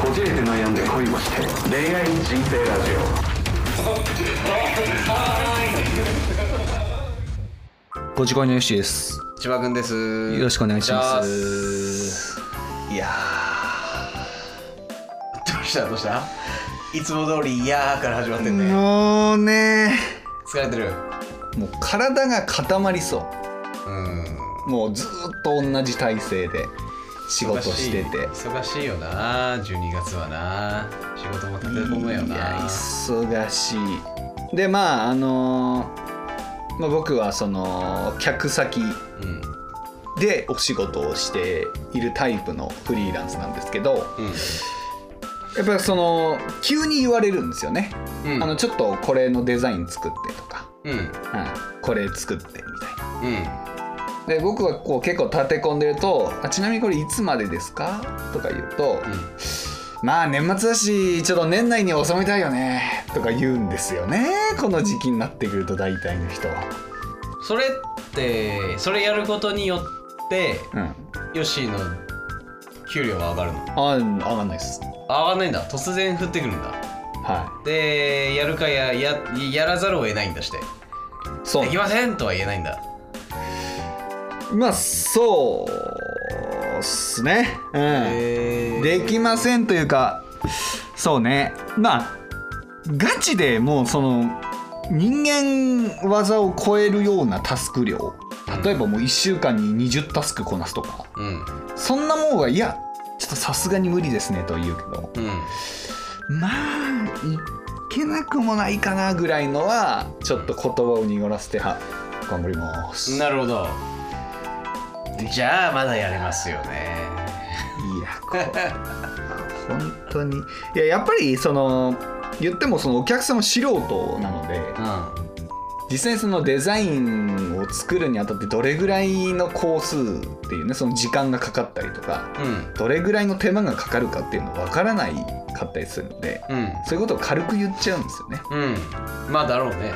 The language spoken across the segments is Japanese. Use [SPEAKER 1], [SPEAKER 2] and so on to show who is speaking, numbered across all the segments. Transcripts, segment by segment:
[SPEAKER 1] こじれて悩んで恋をして恋愛人生ラジ
[SPEAKER 2] ご自己のよしです。
[SPEAKER 3] 千葉君です
[SPEAKER 2] よろしくお願いし
[SPEAKER 3] お
[SPEAKER 2] ま
[SPEAKER 3] 願いし
[SPEAKER 2] す。
[SPEAKER 3] ますいやーどうしたどうしたいつも通り「いやー」から始まってんね、
[SPEAKER 2] もうね、
[SPEAKER 3] 疲れてる
[SPEAKER 2] もう体が固まりそ
[SPEAKER 3] うん
[SPEAKER 2] う。もうずーっと同じ体勢で仕事してて。
[SPEAKER 3] 忙しい忙しいよな12月はな仕事も立て込むよ
[SPEAKER 2] いや
[SPEAKER 3] な
[SPEAKER 2] 忙しい。でまああのーまあ、僕はその客先
[SPEAKER 3] うん
[SPEAKER 2] でお仕事をしているタイプのフリーランスなんですけどやっぱりその急に言われるんですよね、
[SPEAKER 3] うんうん
[SPEAKER 2] あのちょっとこれのデザイン作ってとか、
[SPEAKER 3] うんうん
[SPEAKER 2] はい、これ作ってみたいな。で僕はこう結構立て込んでるとあ「ちなみにこれいつまでですか?」とか言うと「まあ年末だしちょっと年内に収めたいよね」とか言うんですよねこの時期になってくると大体の人は。
[SPEAKER 3] うんそれってそれやることによって
[SPEAKER 2] うん、
[SPEAKER 3] ヨッシーの給料は上がるの
[SPEAKER 2] あ上がんないです。
[SPEAKER 3] あ上がんないんだ突然降ってくるんだ
[SPEAKER 2] は
[SPEAKER 3] でやるかやややらざるを得ないんだして
[SPEAKER 2] い、そう
[SPEAKER 3] できませんとは言えないんだ
[SPEAKER 2] まあそうっすね。うん、できませんというかそうねまあガチでもうその人間技を超えるようなタスク量例えばもう1週間に20タスクこなすとか
[SPEAKER 3] うん
[SPEAKER 2] そんなもんはいやちょっとさすがに無理ですねとは言うけど
[SPEAKER 3] うん
[SPEAKER 2] まあいけなくもないかなぐらいのはちょっと言葉を濁らせては頑張ります
[SPEAKER 3] なるほどじゃあまだやれますよ ね
[SPEAKER 2] いやこれ本当にいややっぱりその言ってもそのお客様素人なので
[SPEAKER 3] う
[SPEAKER 2] 実際にそのデザインを作るにあたってどれぐらいの工数っていうねその時間がかかったりとか
[SPEAKER 3] んうん
[SPEAKER 2] どれぐらいの手間がかかるかっていうの分からないかったりするので
[SPEAKER 3] うん
[SPEAKER 2] そういうことを軽く言っちゃうんですよね、
[SPEAKER 3] うんまあだろうね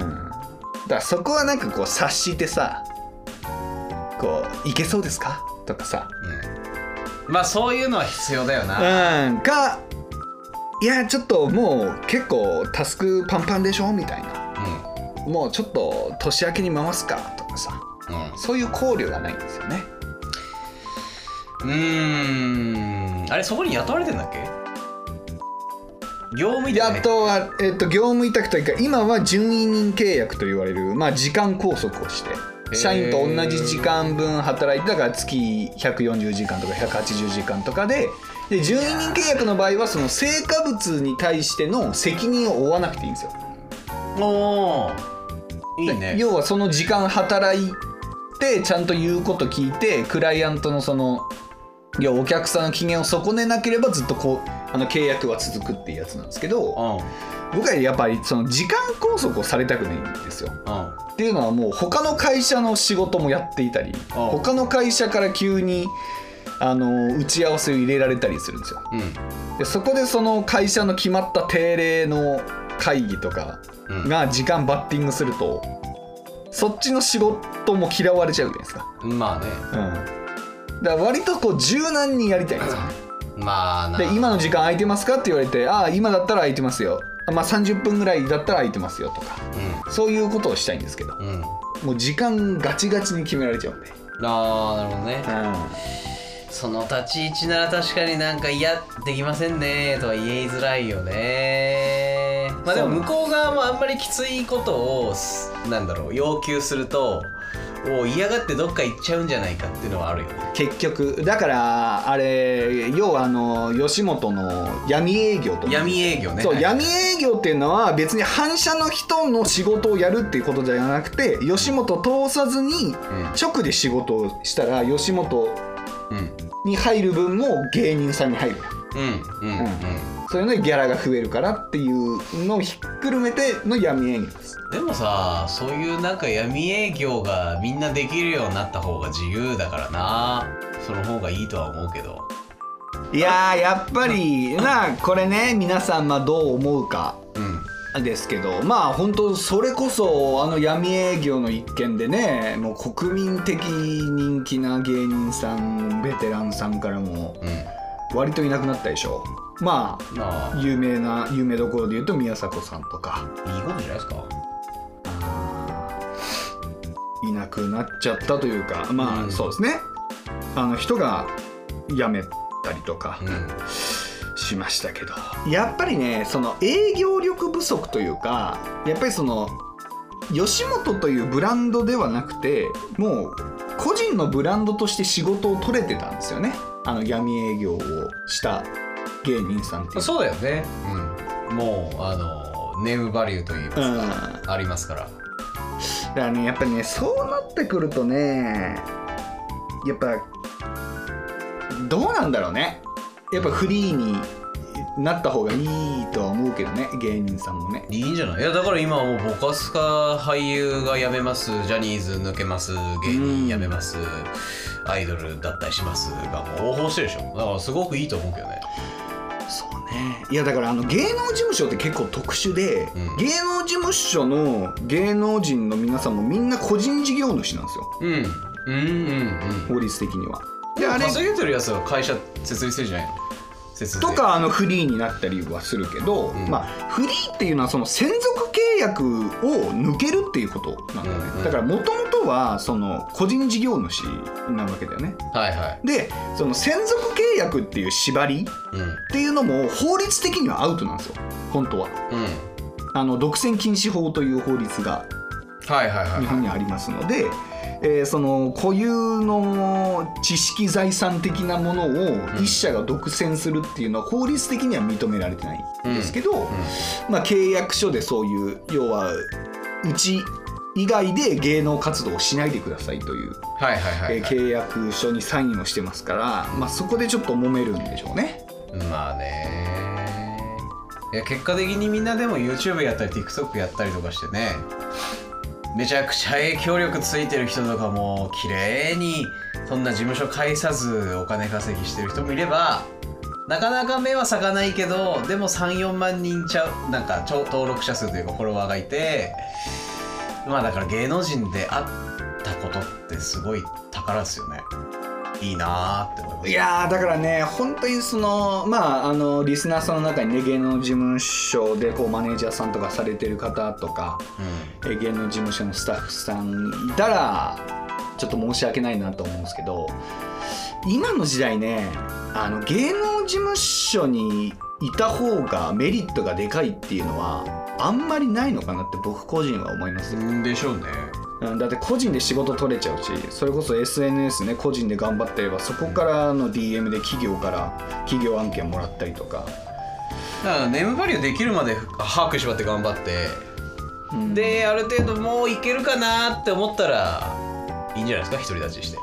[SPEAKER 2] うん、だからそこはなんかこう察してさこう「いけそうですか?」とかさ
[SPEAKER 3] うんまあそういうのは必要だよな
[SPEAKER 2] うん、かいやちょっともう結構タスクパンパンでしょみたいな
[SPEAKER 3] う
[SPEAKER 2] もうちょっと年明けに回すかとかさ
[SPEAKER 3] んうん
[SPEAKER 2] そういう考慮がないんですよね
[SPEAKER 3] うーんあれそこに雇われてんだっけ業務員だ
[SPEAKER 2] や
[SPEAKER 3] ね
[SPEAKER 2] っとは、えっと業務委託というか今は準委任契約と言われる、まあ、時間拘束をして社員と同じ時間分働いてだから月140時間とか180時間とかでで準委任契約の場合はその成果物に対しての責任を負わなくていいんですよ。
[SPEAKER 3] おーいいね
[SPEAKER 2] 要はその時間働いてちゃんと言うこと聞いてクライアントのそのいやお客さんの機嫌を損ねなければずっとこうあの契約は続くっていうやつなんですけ
[SPEAKER 3] う
[SPEAKER 2] ど
[SPEAKER 3] んうん
[SPEAKER 2] 僕はやっぱりその時間拘束をされたくないんですよ。っていうのはもう他の会社の仕事もやっていたり
[SPEAKER 3] ああ
[SPEAKER 2] 他の会社から急にあの打ち合わせを入れられたりするんですよ。でそこでその会社の決まった定例の会議とか
[SPEAKER 3] うんうん
[SPEAKER 2] が時間バッティングするとそっちの仕事も嫌われちゃうじゃないですか、
[SPEAKER 3] まあね
[SPEAKER 2] うん、だから割とこう柔軟にやりたいんですよね
[SPEAKER 3] まあな
[SPEAKER 2] で今の時間空いてますかって言われてああ今だったら空いてますよあまあ30分ぐらいだったら空いてますよとかそういうことをしたいんですけど
[SPEAKER 3] うんうん
[SPEAKER 2] もう時間ガチガチに決められちゃうんで、
[SPEAKER 3] ああなるほどね
[SPEAKER 2] う
[SPEAKER 3] その立ち位置なら確かになんか「いやできませんね」とは言いづらいよねまあでも向こう側もあんまりきついことをすなんだろう要求するとお嫌がってどっか行っちゃうんじゃないかっていうのはあるよね
[SPEAKER 2] ん、結局だからあれ要はあの吉本の闇営業とか
[SPEAKER 3] 闇営業ね
[SPEAKER 2] そう
[SPEAKER 3] はい
[SPEAKER 2] 闇営業っていうのは別に反社の人の仕事をやるっていうことじゃなくて吉本通さずに
[SPEAKER 3] うん
[SPEAKER 2] 直で仕事をしたら吉本
[SPEAKER 3] うん
[SPEAKER 2] に入る分も芸人さんに入る
[SPEAKER 3] うんうんうん
[SPEAKER 2] そういうのでギャラが増えるからっていうのをひっくるめての闇営業です
[SPEAKER 3] でもさそういうなんか闇営業がみんなできるようになった方が自由だからなその方がいいとは思うけど
[SPEAKER 2] いやーやっぱりなあこれね皆さんまあどう思うか
[SPEAKER 3] うん
[SPEAKER 2] ですけどまあ本当それこそあの闇営業の一件でねもう国民的人気な芸人さんベテランさんからも
[SPEAKER 3] うん
[SPEAKER 2] 割といなくなったでしょま
[SPEAKER 3] ま
[SPEAKER 2] あ有名な有名どころで言うと宮迫さんとか
[SPEAKER 3] あいいことじゃないですか
[SPEAKER 2] いなくなっちゃったというかまあ、
[SPEAKER 3] うん
[SPEAKER 2] そうですねあの人が辞めたりとか
[SPEAKER 3] う
[SPEAKER 2] しましたけど、やっぱりねその営業力不足というかやっぱりその吉本というブランドではなくてもう個人のブランドとして仕事を取れてたんですよねあの闇営業をした芸人さんってい
[SPEAKER 3] ん
[SPEAKER 2] う
[SPEAKER 3] そうだよねうんもうあのネームバリューといいます
[SPEAKER 2] うん、だ
[SPEAKER 3] か、ありますから
[SPEAKER 2] からねやっぱりねそうなってくるとねやっぱどうなんだろうねやっぱフリーになった方がいいとは思うけどね芸人さんもね
[SPEAKER 3] いいんじゃないいやだから今はもうボカスカ俳優が辞めますジャニーズ抜けます芸人辞めますアイドル脱退しますがもう横行してるでしょだからすごくいいと思うけどね
[SPEAKER 2] そうねいやだからあの芸能事務所って結構特殊で、
[SPEAKER 3] うん
[SPEAKER 2] 芸能事務所の芸能人の皆さんもみんな個人事業主なんですよ
[SPEAKER 3] うんうんうんうん
[SPEAKER 2] 法律的には。で
[SPEAKER 3] で
[SPEAKER 2] あ
[SPEAKER 3] あ
[SPEAKER 2] れ
[SPEAKER 3] れ稼げてるやつは会社設立してるじゃない設立
[SPEAKER 2] とかあのフリーになったりはするけど、
[SPEAKER 3] うん
[SPEAKER 2] まあ、フリーっていうのはその専属契約を抜けるっていうことなんだよね、
[SPEAKER 3] うんうん
[SPEAKER 2] だからもともとはその個人事業主なわけだよね
[SPEAKER 3] はいはい
[SPEAKER 2] でその専属契約っていう縛りっ
[SPEAKER 3] うん
[SPEAKER 2] ていうのも法律的にはアウトなんですよ本当は
[SPEAKER 3] うん
[SPEAKER 2] あの独占禁止法という法律が
[SPEAKER 3] はいはいはい
[SPEAKER 2] 日本にありますので、えーその固有の知識財産的なものを一社が独占するっていうのは法律的には認められてないんですけど、まあ、契約書でそういう要はうち以外で芸能活動をしないでくださいという、
[SPEAKER 3] はいはいはい
[SPEAKER 2] えー
[SPEAKER 3] はい
[SPEAKER 2] 契約書にサインをしてますから、まあ、そこでちょっと揉めるんでしょうね。
[SPEAKER 3] まあねいや結果的にみんなでも YouTube やったり TikTok やったりとかしてねめちゃくちゃ影響力ついてる人とかも綺麗にそんな事務所介さずお金稼ぎしてる人もいればなかなか目は咲かないけどでも34万人ちゃうなんかちょ登録者数というかフォロワーがいてまあだから芸能人であったことってすごい宝ですよねいいなーって思います
[SPEAKER 2] いやーだからね本当にそのまああのリスナーさんの中にね芸能事務所でこうマネージャーさんとかされてる方とか
[SPEAKER 3] うん
[SPEAKER 2] え芸能事務所のスタッフさんいたらちょっと申し訳ないなと思うんですけど今の時代ねあの芸能事務所にいた方がメリットがでかいっていうのはあんまりないのかなって僕個人は思いますよ
[SPEAKER 3] うんでしょうね
[SPEAKER 2] うんだって個人で仕事取れちゃうしそれこそ SNS ね個人で頑張ってればそこからの DM で企業から企業案件もらったりとか、
[SPEAKER 3] だからネームバリューできるまで把握しばって頑張って、
[SPEAKER 2] うん
[SPEAKER 3] である程度もういけるかなって思ったらいいんじゃないですか独り立ちして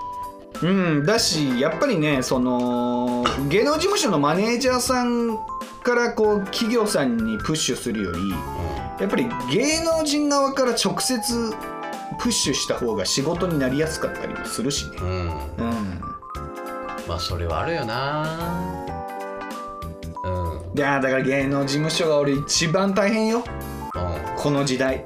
[SPEAKER 2] うん、だしやっぱりねその芸能事務所のマネージャーさんからこう企業さんにプッシュするよりやっぱり芸能人側から直接プッシュした方が仕事になりやすかったりもするしね。
[SPEAKER 3] うん、
[SPEAKER 2] うん
[SPEAKER 3] まあそれはあるよなうん、うん、
[SPEAKER 2] いやーだから芸能事務所が俺一番大変よこの時代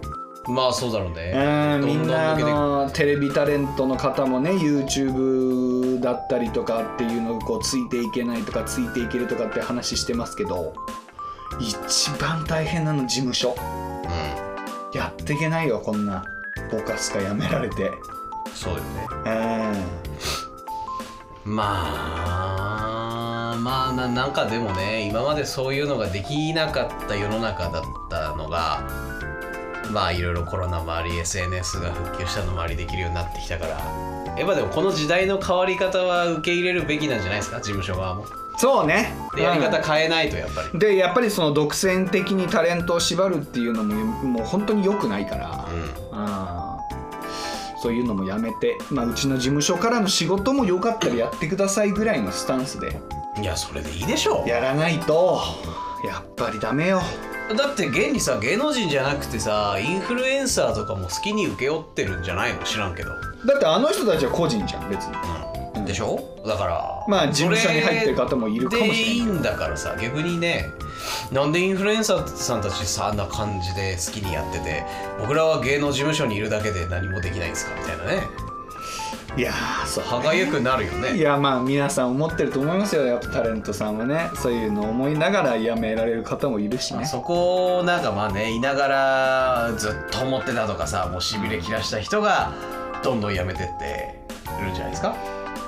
[SPEAKER 3] まあそうだろうね
[SPEAKER 2] うん
[SPEAKER 3] ど
[SPEAKER 2] み
[SPEAKER 3] ん
[SPEAKER 2] ん
[SPEAKER 3] どん
[SPEAKER 2] な
[SPEAKER 3] 抜
[SPEAKER 2] あ
[SPEAKER 3] けていく
[SPEAKER 2] のテレビタレントの方もね YouTube だったりとかっていうのをこうついていけないとかついていけるとかって話してますけど一番大変なの事務所やっていけないよこんなボカスカやめられて
[SPEAKER 3] うんそうだよね
[SPEAKER 2] う
[SPEAKER 3] まあまあななんかでもね今までそういうのができなかった世の中だったのがまあいろいろコロナもあり SNS が復旧したのもありできるようになってきたからやっぱでもこの時代の変わり方は受け入れるべきなんじゃないですか事務所側も。
[SPEAKER 2] んそうね
[SPEAKER 3] でやり方変えないとやっぱり。
[SPEAKER 2] でやっぱりその独占的にタレントを縛るっていうのももう本当に良くないから、うんそういうのもやめて、まあ、うちの事務所からの仕事もよかったらやってくださいぐらいのスタンスで
[SPEAKER 3] うん、いやそれでいいでしょ
[SPEAKER 2] やらないとやっぱりダメよ
[SPEAKER 3] うだって現にさ芸能人じゃなくてさインフルエンサーとかも好きに請け負ってるんじゃないの知らんけど。
[SPEAKER 2] だってあの人たちは個人じゃん別に
[SPEAKER 3] うんでしょだから
[SPEAKER 2] まあ事務所に入ってる方もいるかもしれない
[SPEAKER 3] そでいいんだからさ逆にねなんでインフルエンサーさんたちさあんな感じで好きにやってて僕らは芸能事務所にいるだけで何もできないんですかみたいなね
[SPEAKER 2] いやーそう
[SPEAKER 3] 輝くなるよね
[SPEAKER 2] いやまあ皆さん思ってると思いますよやっぱタレントさんはねそういうのを思いながらやめられる方もいるし
[SPEAKER 3] まあ
[SPEAKER 2] ね
[SPEAKER 3] そこをなんかまあねいながらずっと思ってたとかさもうしびれ切らした人がどんどん辞めてってるんじゃないですか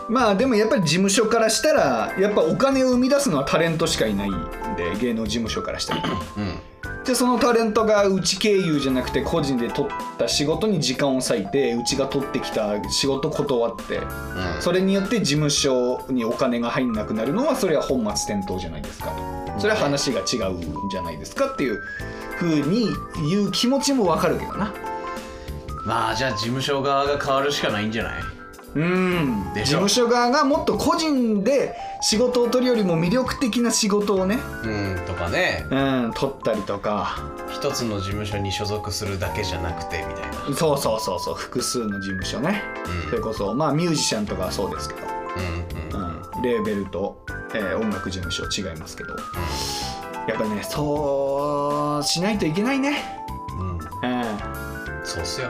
[SPEAKER 2] まあでもやっぱり事務所からしたらやっぱお金を生み出すのはタレントしかいないんで芸能事務所からしたら
[SPEAKER 3] うん
[SPEAKER 2] でそのタレントがうち経由じゃなくて個人で取った仕事に時間を割いてうちが取ってきた仕事断っ
[SPEAKER 3] う
[SPEAKER 2] て
[SPEAKER 3] ん
[SPEAKER 2] それによって事務所にお金が入んなくなるのはそれは本末転倒じゃないですかとそれは話が違うんじゃないですかっていうふうに言う気持ちもわかるけどな
[SPEAKER 3] まあじゃあ事務所側が変わるしかないんじゃない
[SPEAKER 2] うん事
[SPEAKER 3] でしょ
[SPEAKER 2] 務所側がもっと個人で仕事を取るよりも魅力的な仕事をね、
[SPEAKER 3] うんとかね
[SPEAKER 2] うん、取ったりとか
[SPEAKER 3] 一つの事務所に所属するだけじゃなくてみたいな
[SPEAKER 2] そうそうそうそう複数の事務所ねそれこそまあミュージシャンとかはそうですけど
[SPEAKER 3] うんうんうん
[SPEAKER 2] うんレーベルと、えー音楽事務所違いますけどやっぱねそうしないといけないね、
[SPEAKER 3] うん
[SPEAKER 2] うん、
[SPEAKER 3] そうっすよ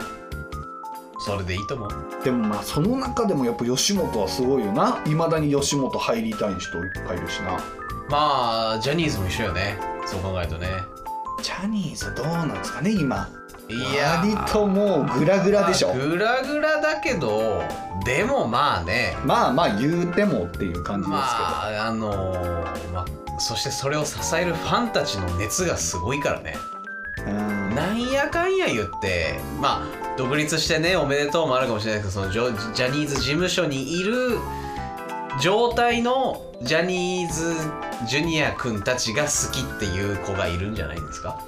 [SPEAKER 3] それでいいと思う
[SPEAKER 2] でもまあその中でもやっぱ吉本はすごいよないまだに吉本入りたい人いっぱいいるしな
[SPEAKER 3] まあジャニーズも一緒よねそう考えるとね
[SPEAKER 2] ジャニーズどうなんですかね今
[SPEAKER 3] いやー
[SPEAKER 2] 割ともうグラグラでしょ
[SPEAKER 3] まあグラグラだけどでもまあね
[SPEAKER 2] まあまあ言うてもっていう感じですけど、
[SPEAKER 3] まああのーまあそしてそれを支えるファンたちの熱がすごいからね
[SPEAKER 2] うん
[SPEAKER 3] なんやかんや言ってまあ独立してねおめでとうもあるかもしれないですけどそのジョジャニーズ事務所にいる状態のジャニーズジュニア君たちが好きっていう子がいるんじゃないですか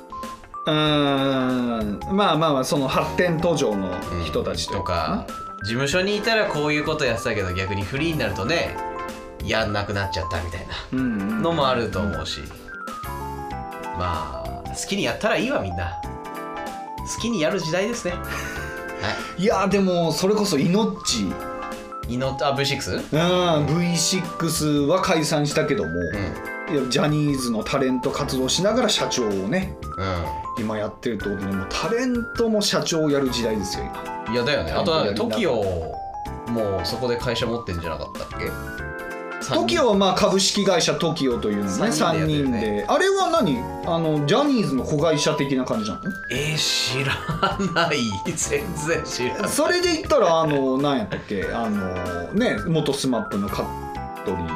[SPEAKER 2] うんまあまあまあその発展途上の人たちとい
[SPEAKER 3] と
[SPEAKER 2] う
[SPEAKER 3] か
[SPEAKER 2] か
[SPEAKER 3] 事務所にいたらこういうことやってたけど逆にフリーになるとねやんなくなっちゃったみたいな
[SPEAKER 2] な、うんうん
[SPEAKER 3] のもあると思うしまあ好きにやったらいいわみんな好きにやる時代ですね
[SPEAKER 2] いやでもそれこそ命
[SPEAKER 3] イノあ V6?
[SPEAKER 2] うん V6 は解散したけども、
[SPEAKER 3] う
[SPEAKER 2] いやジャニーズのタレント活動しながら社長をね
[SPEAKER 3] ん
[SPEAKER 2] 今やってるってことでもうタレントも社長をやる時代ですよ今
[SPEAKER 3] いやだよねあと
[SPEAKER 2] いや
[SPEAKER 3] は
[SPEAKER 2] みんな
[SPEAKER 3] TOKIO もうそこで会社持ってんじゃなかったっけ
[SPEAKER 2] TOKIO はまあ株式会社 TOKIO というのね3
[SPEAKER 3] 三
[SPEAKER 2] 人
[SPEAKER 3] 人
[SPEAKER 2] で
[SPEAKER 3] でやってる
[SPEAKER 2] あれは何あのジャニーズの子会社的な感じな
[SPEAKER 3] えー、知らない 全然知らな
[SPEAKER 2] の
[SPEAKER 3] い
[SPEAKER 2] それで言ったらあの何やったっけあのね元 SMAP の香取君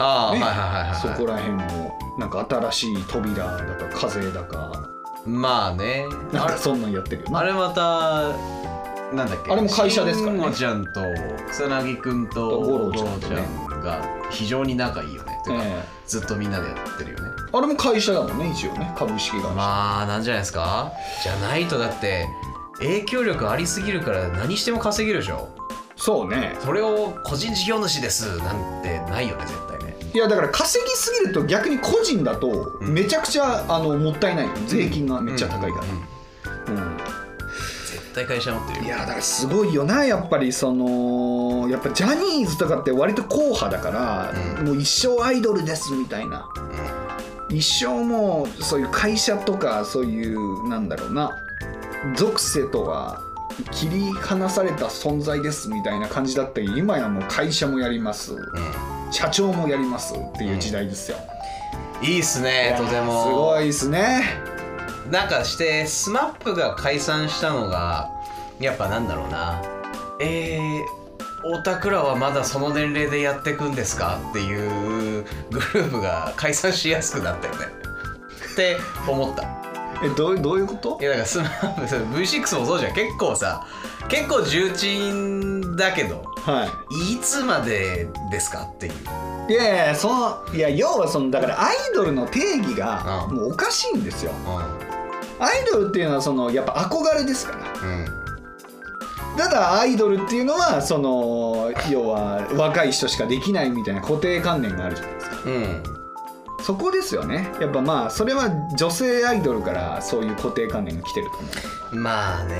[SPEAKER 3] ああ、
[SPEAKER 2] ね
[SPEAKER 3] はいはいはいはい
[SPEAKER 2] そこら辺もなんか新しい扉だか風だか
[SPEAKER 3] まあね
[SPEAKER 2] なんかそんなんやってるよ な
[SPEAKER 3] あれまたなんだっけ
[SPEAKER 2] あれも会社ですからね
[SPEAKER 3] 慎吾ちゃんと草薙くんと
[SPEAKER 2] 五郎ちゃんと
[SPEAKER 3] 五
[SPEAKER 2] ね
[SPEAKER 3] んが非常に仲いいよねてか、
[SPEAKER 2] え
[SPEAKER 3] ずっとみんなでやってるよね
[SPEAKER 2] えあれも会社だもんね一応ね株式会社、
[SPEAKER 3] まあなんじゃないですかじゃないとだって影響力ありすぎるから何しても稼げるでしょ
[SPEAKER 2] そうね
[SPEAKER 3] それを個人事業主ですなんてないよね絶対ね
[SPEAKER 2] いやだから稼ぎすぎると逆に個人だと
[SPEAKER 3] うん
[SPEAKER 2] めちゃくちゃ、あのもったいないよ税金がめっちゃ高いか
[SPEAKER 3] うんうんうん
[SPEAKER 2] ら、うん
[SPEAKER 3] 絶対会社持ってる
[SPEAKER 2] い
[SPEAKER 3] よ
[SPEAKER 2] やだからすごいよなやっぱりそのやっぱジャニーズとかって割と硬派だから、
[SPEAKER 3] うん
[SPEAKER 2] もう一生アイドルですみたいな一生もうそういう会社とかそういうなんだろうな属性とは切り離された存在ですみたいな感じだったり今やもう会社もやります
[SPEAKER 3] うん
[SPEAKER 2] 社長もやりますっていう時代ですよ、
[SPEAKER 3] うんいいっすねとても
[SPEAKER 2] すごいですね
[SPEAKER 3] なんかしてスマップが解散したのがやっぱなんだろうなえー、オタクらはまだその年齢でやってくんですかっていうグループが解散しやすくなったよねって思った
[SPEAKER 2] えどうどういうこと
[SPEAKER 3] いやだからスマップ V6 もそうじゃん結構さ結構重鎮だけど
[SPEAKER 2] はい
[SPEAKER 3] つまでですかっていう
[SPEAKER 2] いいやいやそのいや要はそのだからアイドルの定義が
[SPEAKER 3] うん
[SPEAKER 2] もうおかしいんですよ
[SPEAKER 3] う
[SPEAKER 2] アイドルっていうのはそのやっぱ憧れですから
[SPEAKER 3] ん
[SPEAKER 2] ただアイドルっていうのはその要は若い人しかできないみたいな固定観念があるじゃないですか
[SPEAKER 3] うんうん
[SPEAKER 2] そこですよねやっぱまあそれは女性アイドルからそういう固定観念が来てると思
[SPEAKER 3] まあね、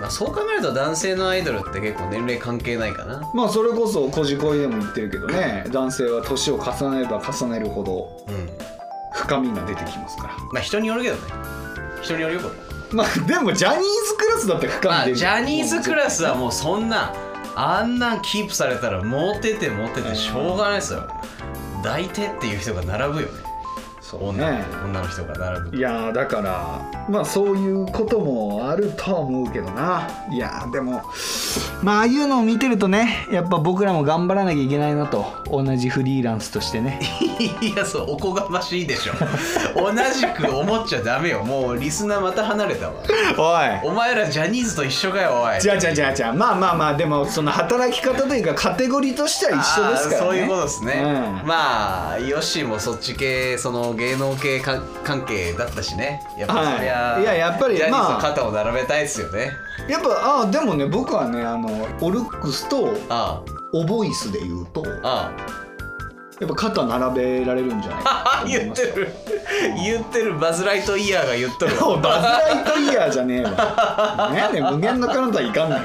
[SPEAKER 3] まあ、そう考えると男性のアイドルって結構年齢関係ないかな
[SPEAKER 2] うまあそれこそ「こじこい」でも言ってるけどね男性は年を重ねれば重ねるほど
[SPEAKER 3] うん
[SPEAKER 2] 深みが出てきますから
[SPEAKER 3] まあ人によるけどね人によるよこれ
[SPEAKER 2] まあでもジャニーズクラスだって深み出る
[SPEAKER 3] まあジャニーズク
[SPEAKER 2] ス
[SPEAKER 3] ラスはもうそんなあんなんキープされたらモテてモテてしょうがないですよ抱いてっていう人が並ぶよね
[SPEAKER 2] そう
[SPEAKER 3] 女
[SPEAKER 2] ね
[SPEAKER 3] の女の人が並ぶ
[SPEAKER 2] いやーだからまあそういうこともあるとは思うけどないやーでもまあああいうのを見てるとねやっぱ僕らも頑張らなきゃいけないなと同じフリーランスとしてね
[SPEAKER 3] いやそうおこがましいでしょ同じく思っちゃダメよもうリスナーまた離れたわ
[SPEAKER 2] おい
[SPEAKER 3] お前らジャニーズと一緒かよおい
[SPEAKER 2] じゃあじゃあじゃあじゃあまあまあまあでもその働き方というかカテゴリーとしては一緒ですから
[SPEAKER 3] あ
[SPEAKER 2] ね
[SPEAKER 3] ーそういうことですね、
[SPEAKER 2] うん
[SPEAKER 3] まあヨッシーもそっち系その芸能系か関係だったしねやっ
[SPEAKER 2] は
[SPEAKER 3] ぱ
[SPEAKER 2] い
[SPEAKER 3] そりゃ、
[SPEAKER 2] いややっぱり
[SPEAKER 3] ジャニーズ
[SPEAKER 2] まあ
[SPEAKER 3] と肩を並べたいですよね、
[SPEAKER 2] やっぱああでもね僕はねあのオルックスと
[SPEAKER 3] あ
[SPEAKER 2] オボイスで言うとや
[SPEAKER 3] あ
[SPEAKER 2] っぱ肩並べられるんじゃない
[SPEAKER 3] あ
[SPEAKER 2] か
[SPEAKER 3] あ
[SPEAKER 2] と思 い
[SPEAKER 3] 言っ
[SPEAKER 2] ま
[SPEAKER 3] て
[SPEAKER 2] すよ
[SPEAKER 3] る言ってるバズ・ライトイヤーが言っとる
[SPEAKER 2] お
[SPEAKER 3] わ
[SPEAKER 2] いバズ・ライトイヤーじゃねえわねえねん無限の彼方いかんねん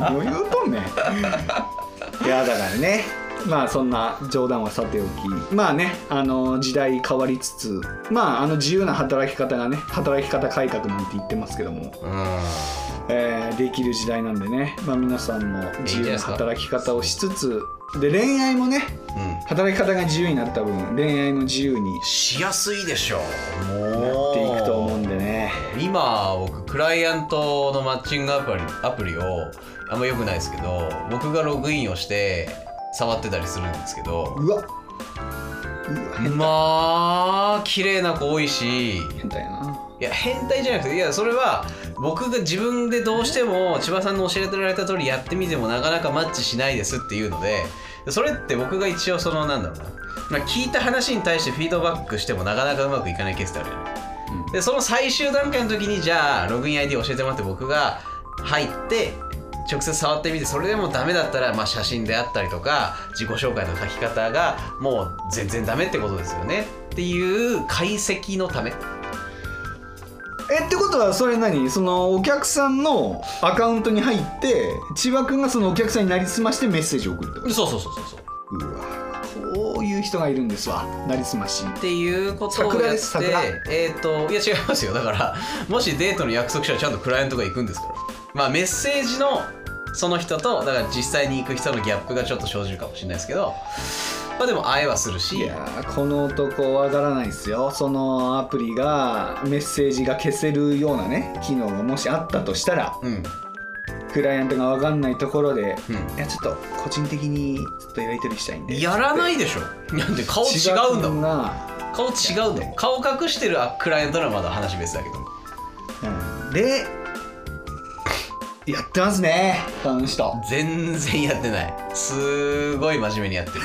[SPEAKER 2] 何を言うとんねんいやだからねまあそんな冗談はさておきまあねあの時代変わりつつまああの自由な働き方がね働き方改革なんて言ってますけども、
[SPEAKER 3] うん
[SPEAKER 2] えーできる時代なんでね、まあ、皆さんも自由な働き方をしつつで恋愛もね
[SPEAKER 3] うん
[SPEAKER 2] 働き方が自由になった分恋愛も自由に
[SPEAKER 3] しやすいでしょもう
[SPEAKER 2] なっていくと思うんでね
[SPEAKER 3] 今僕クライアントのマッチングアプリアプリをあんま良くないですけど僕がログインをして触ってたりするんですけど
[SPEAKER 2] うわうわ変
[SPEAKER 3] まあ綺麗な子多いし
[SPEAKER 2] 変態やない
[SPEAKER 3] や変態じゃなくていやそれは僕が自分でどうしても千葉さんの教えてられた通りやってみてもなかなかマッチしないですっていうのでそれって僕が一応そのなんだろうな、まあ、聞いた話に対してフィードバックしてもなかなかうまくいかないケースってあるじゃないでその最終段階の時にじゃあログイン ID 教えてもらって僕が入って直接触ってみてそれでもダメだったら、まあ、写真であったりとか自己紹介の書き方がもう全然ダメってことですよねっていう解析のため
[SPEAKER 2] えってことはそれ何そのお客さんのアカウントに入って千葉君がそのお客さんになりすましてメッセージを送るってこ
[SPEAKER 3] そうそうそうそうそうっ
[SPEAKER 2] とうわこういう人がいるんですわなりすまし
[SPEAKER 3] ていうことを
[SPEAKER 2] 桜
[SPEAKER 3] やっ
[SPEAKER 2] で
[SPEAKER 3] て
[SPEAKER 2] す桜
[SPEAKER 3] えっ、といや違いますよだからもしデートの約束したらちゃんとクライアントが行くんですからまあメッセージのその人とだから実際に行く人のギャップがちょっと生じるかもしれないですけどまあでも会えはするし
[SPEAKER 2] いやーこの男わからないですよそのアプリがメッセージが消せるようなね機能がもしあったとしたら
[SPEAKER 3] うん
[SPEAKER 2] クライアントがわかんないところで、
[SPEAKER 3] うん
[SPEAKER 2] いやちょっと個人的にちょっとやり取りしたいんで
[SPEAKER 3] やらないでしょなんで顔違うんだもん
[SPEAKER 2] んが
[SPEAKER 3] 顔違うんだもん顔隠してるクライアントならまだ話別だけど
[SPEAKER 2] うんでやってますねこの人
[SPEAKER 3] 全然やってないすごい真面目に やってる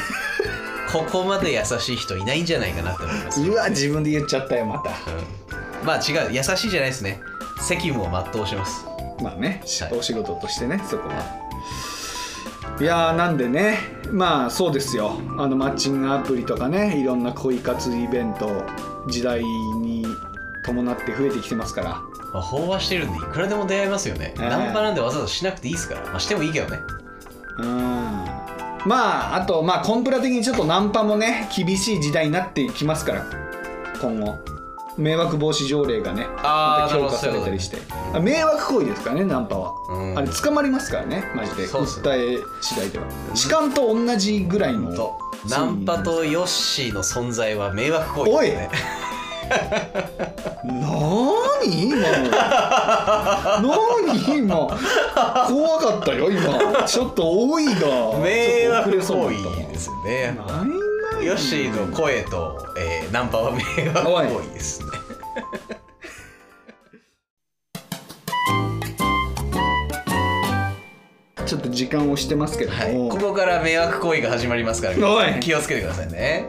[SPEAKER 3] ここまで優しい人いないんじゃないかなって思います
[SPEAKER 2] うわ自分で言っちゃったよまた
[SPEAKER 3] うんまあ違う優しいじゃないですね責務を全うします
[SPEAKER 2] まあね、
[SPEAKER 3] はい
[SPEAKER 2] お仕事としてねそこはいやーなんでねまあそうですよあのマッチングアプリとかねいろんな恋活イベント時代に伴って増えてきてますから
[SPEAKER 3] まあ飽和してるんでいくらでも出会えますよね、
[SPEAKER 2] ええ
[SPEAKER 3] ナンパなんでわざわざしなくていいですから、まあ、してもいいけどね
[SPEAKER 2] うんまああとまあコンプラ的にちょっとナンパもね厳しい時代になってきますから今後迷惑防止条例がね
[SPEAKER 3] あー
[SPEAKER 2] また強化されたりして
[SPEAKER 3] なる
[SPEAKER 2] あ迷惑行為ですからねナンパは、
[SPEAKER 3] うん
[SPEAKER 2] あれ捕まりますからねマジで
[SPEAKER 3] そうっす
[SPEAKER 2] 訴え次第では痴漢と同じぐらいの
[SPEAKER 3] とナンパとヨッシーの存在は迷惑行為ですね
[SPEAKER 2] なーに今 のなーに今怖かったよ今ちょっと多いが
[SPEAKER 3] 迷
[SPEAKER 2] ちょ
[SPEAKER 3] 惑
[SPEAKER 2] っと遅
[SPEAKER 3] 行
[SPEAKER 2] れそうに
[SPEAKER 3] 為
[SPEAKER 2] なっ
[SPEAKER 3] ですよね
[SPEAKER 2] たわなんなん
[SPEAKER 3] ヨッシーの声と、えーナンパは迷惑行為ですね。
[SPEAKER 2] ちょっと時間をしてますけど
[SPEAKER 3] はい、
[SPEAKER 2] も、
[SPEAKER 3] ここから迷惑行為が始まりますから
[SPEAKER 2] おい
[SPEAKER 3] 気をつけてくださいね。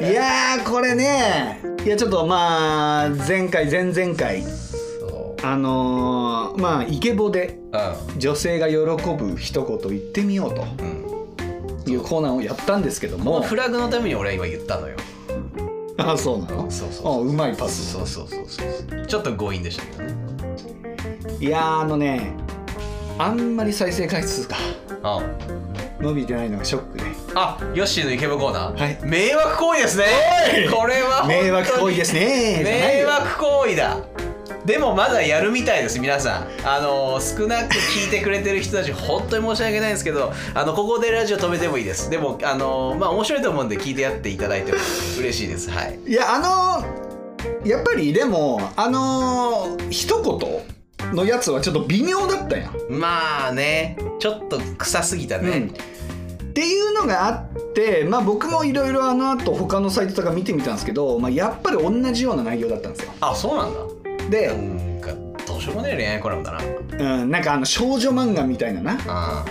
[SPEAKER 2] い、やーこれねいやちょっとまあ前回前々回
[SPEAKER 3] そう
[SPEAKER 2] あのーまあイケボで
[SPEAKER 3] う
[SPEAKER 2] 女性が喜ぶ一言言ってみようと
[SPEAKER 3] んうん
[SPEAKER 2] いうコーナーをやったんですけど
[SPEAKER 3] この
[SPEAKER 2] も
[SPEAKER 3] フラグのために俺は今言ったのよ。
[SPEAKER 2] あそうなの
[SPEAKER 3] そうそうそう
[SPEAKER 2] あうまいパス
[SPEAKER 3] そうそうそうそう。ちょっと強引でしたけどね。
[SPEAKER 2] いやーあのねあんまり再生回数が
[SPEAKER 3] あ
[SPEAKER 2] 伸びてないのがショックで
[SPEAKER 3] あ、ヨッシーのイケボコーナー、
[SPEAKER 2] はい
[SPEAKER 3] 迷惑行為ですね。これは本当に
[SPEAKER 2] 迷惑行為ですねじゃない
[SPEAKER 3] 迷
[SPEAKER 2] よ
[SPEAKER 3] 惑行為だ。でもまだやるみたいです皆さんあの少なく聞いてくれてる人たち本当に申し訳ないんですけどあのここでラジオ止めてもいいですでもあのまあ面白いと思うんで聞いてやっていただいても嬉しいですはい
[SPEAKER 2] いやあのーやっぱりでもあのー一言のやつはちょっと微妙だったやん、
[SPEAKER 3] まあねちょっと臭すぎたね、
[SPEAKER 2] っていうのがあって、まあ、僕もいろいろあの後他のサイトとか見てみたんですけど、まあ、やっぱり同じような内容だったんですよ
[SPEAKER 3] あそうなんだ
[SPEAKER 2] で、
[SPEAKER 3] なんかどうしようもねえ恋愛コラムだな
[SPEAKER 2] うん、なんかあの少女漫画みたいなな
[SPEAKER 3] ああ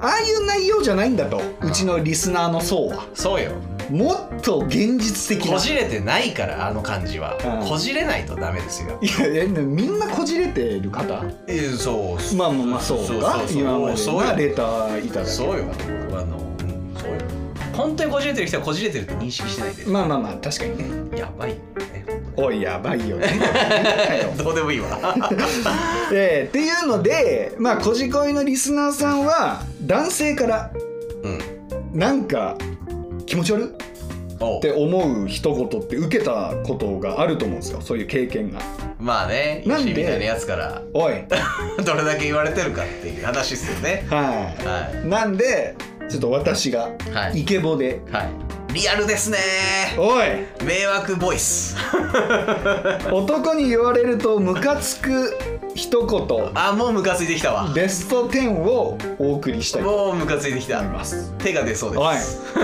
[SPEAKER 2] ああいう内容じゃないんだと
[SPEAKER 3] ん
[SPEAKER 2] うちのリスナーの層は
[SPEAKER 3] そうよ
[SPEAKER 2] もっと現実的な
[SPEAKER 3] こじれてないからあの感じは、
[SPEAKER 2] うん
[SPEAKER 3] こじれないとダメですよ
[SPEAKER 2] いやいやみんなこじれてる方
[SPEAKER 3] えそう
[SPEAKER 2] まあまあまあそう
[SPEAKER 3] そう
[SPEAKER 2] が
[SPEAKER 3] そうそう
[SPEAKER 2] 今まで
[SPEAKER 3] そう
[SPEAKER 2] な
[SPEAKER 3] よ
[SPEAKER 2] レターいただけ
[SPEAKER 3] そうよあの、うん、そうよ本当にこじれてる人はこじれてるって認識してないで、
[SPEAKER 2] まあまあまあ確かにね
[SPEAKER 3] やばいよね
[SPEAKER 2] おいやばいよねはいよ
[SPEAKER 3] どうでもいいわ
[SPEAKER 2] えーっていうのでまあこじこいのリスナーさんは男性から
[SPEAKER 3] うん
[SPEAKER 2] なんか気持ち悪っ
[SPEAKER 3] おう
[SPEAKER 2] て思う一言って受けたことがあると思うんですよそういう経験が
[SPEAKER 3] まあね
[SPEAKER 2] なんで
[SPEAKER 3] 石井みたいなやつから
[SPEAKER 2] おい
[SPEAKER 3] どれだけ言われてるかっていう話ですよね
[SPEAKER 2] は
[SPEAKER 3] は
[SPEAKER 2] いなんでちょっと私が
[SPEAKER 3] はい
[SPEAKER 2] イケボで
[SPEAKER 3] いはいリアルですね
[SPEAKER 2] 「おい
[SPEAKER 3] 迷惑ボイス
[SPEAKER 2] 男に言われるとムカつく一言
[SPEAKER 3] あもうムカついてきたわ
[SPEAKER 2] ベスト10」をお送りしたいと
[SPEAKER 3] もうムカついてきた
[SPEAKER 2] 思います。
[SPEAKER 3] 手が出そうで
[SPEAKER 2] おい
[SPEAKER 3] す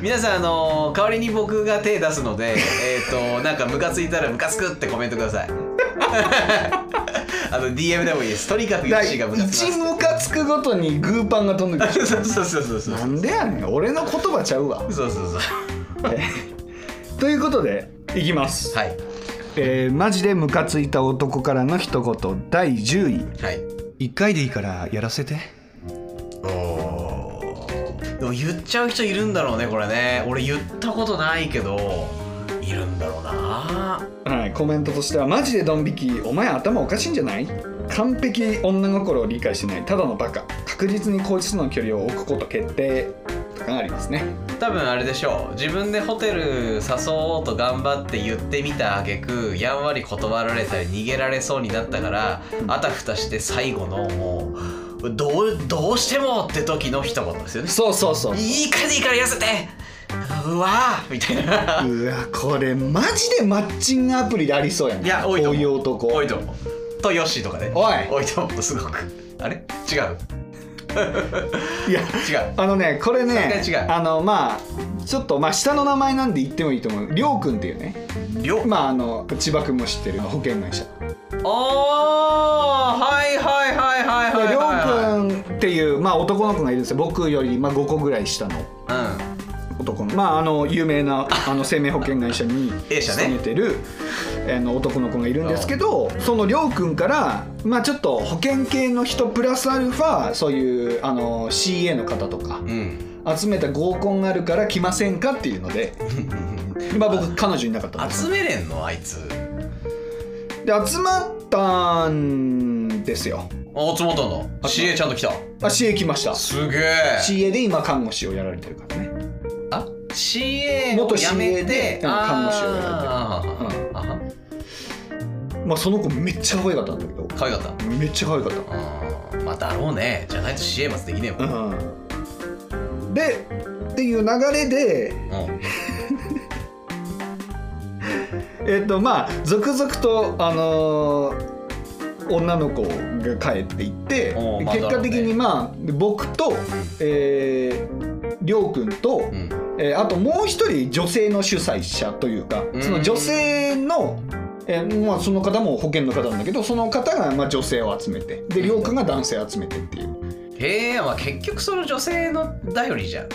[SPEAKER 3] 皆さんあの代わりに僕が手出すので えっとなんかムカついたらムカつくってコメントください あの DM でもいいですとにかく
[SPEAKER 2] だ
[SPEAKER 3] 1位がムカつき
[SPEAKER 2] 1ムカつくごとにグーパンが飛んで
[SPEAKER 3] ま
[SPEAKER 2] くる
[SPEAKER 3] す そうそうそうそうそう
[SPEAKER 2] なんでやねん俺の言葉ちゃうわ
[SPEAKER 3] そうそうそう
[SPEAKER 2] ということでいきます、
[SPEAKER 3] はい
[SPEAKER 2] えーマジでムカついた男からの一言第10
[SPEAKER 3] はい
[SPEAKER 2] 位1回でいいからやらせて
[SPEAKER 3] おーでも言っちゃう人いるんだろうねこれね俺言ったことないけどいるんだろうな
[SPEAKER 2] はいコメントとしてはマジでドン引きお前頭おかしいんじゃない完璧に女心を理解してないただのバカ確実にこいつとの距離を置くこと決定とかありますね
[SPEAKER 3] 多分あれでしょう自分でホテル誘おうと頑張って言ってみた挙句やんわり断られたり逃げられそうになったからあたふたして最後のもうどうどうしてもって時の一言ですよね
[SPEAKER 2] そうそうそう
[SPEAKER 3] いいからいいから痩せてうわーみたいな
[SPEAKER 2] うわこれマジでマッチングアプリでありそうやね
[SPEAKER 3] いや多いと
[SPEAKER 2] こう
[SPEAKER 3] 思う
[SPEAKER 2] いう男
[SPEAKER 3] 多いと思うとヨッシーとかね
[SPEAKER 2] おい
[SPEAKER 3] 多いと思うすごくあれ違う
[SPEAKER 2] いや
[SPEAKER 3] 違う
[SPEAKER 2] あのねこれね
[SPEAKER 3] それが違う
[SPEAKER 2] あのまあちょっとまあ下の名前なんで言ってもいいと思うりょうくんっていうね
[SPEAKER 3] りょ
[SPEAKER 2] まああの千葉くんも知ってる保険会社
[SPEAKER 3] あーはいはいはいはいは
[SPEAKER 2] り
[SPEAKER 3] いはいはい
[SPEAKER 2] ょうくんっていうまあ男の子がいるんですよ僕よりまあ5個ぐらい下の
[SPEAKER 3] うん
[SPEAKER 2] 男のまああの有名なあの生命保険会社に
[SPEAKER 3] A 社ね
[SPEAKER 2] 勤めてる、あの男の子がいるんですけどそのりょうくんからまあちょっと保険系の人プラスアルファそういうあの CA の方とか
[SPEAKER 3] うん、
[SPEAKER 2] 集めた合コンがあるから来ませんかっていう のでまあ僕彼女いなかったんです
[SPEAKER 3] 集めれんのあいつ集
[SPEAKER 2] で集まったんですよ
[SPEAKER 3] まったんだ CA ちゃんと来た
[SPEAKER 2] あ CA 来ました
[SPEAKER 3] すげえ
[SPEAKER 2] CA で今看護師をやられてるからね
[SPEAKER 3] あ CA
[SPEAKER 2] 元
[SPEAKER 3] を辞め
[SPEAKER 2] CA
[SPEAKER 3] て
[SPEAKER 2] でうん看護師をやってる
[SPEAKER 3] あーあは
[SPEAKER 2] まあその子めっちゃ可愛かったんだけど
[SPEAKER 3] 可愛かった
[SPEAKER 2] めっちゃ可愛かった
[SPEAKER 3] あーまあだろうねじゃないと CA まずできねえもん、
[SPEAKER 2] うん、でっていう流れで
[SPEAKER 3] うん
[SPEAKER 2] えっとまあ続々とあのー女の子が帰っていって、
[SPEAKER 3] おうまあ
[SPEAKER 2] 結果的にまあ僕と、えー、りょうくんと、
[SPEAKER 3] うん
[SPEAKER 2] えーあともう一人女性の主催者というか、
[SPEAKER 3] うん
[SPEAKER 2] その女性の、えーまあ、その方も保険の方なんだけどその方がまあ女性を集めてでりょうくんが男性を集めてっていう
[SPEAKER 3] へえまあ結局その女性の頼りじゃん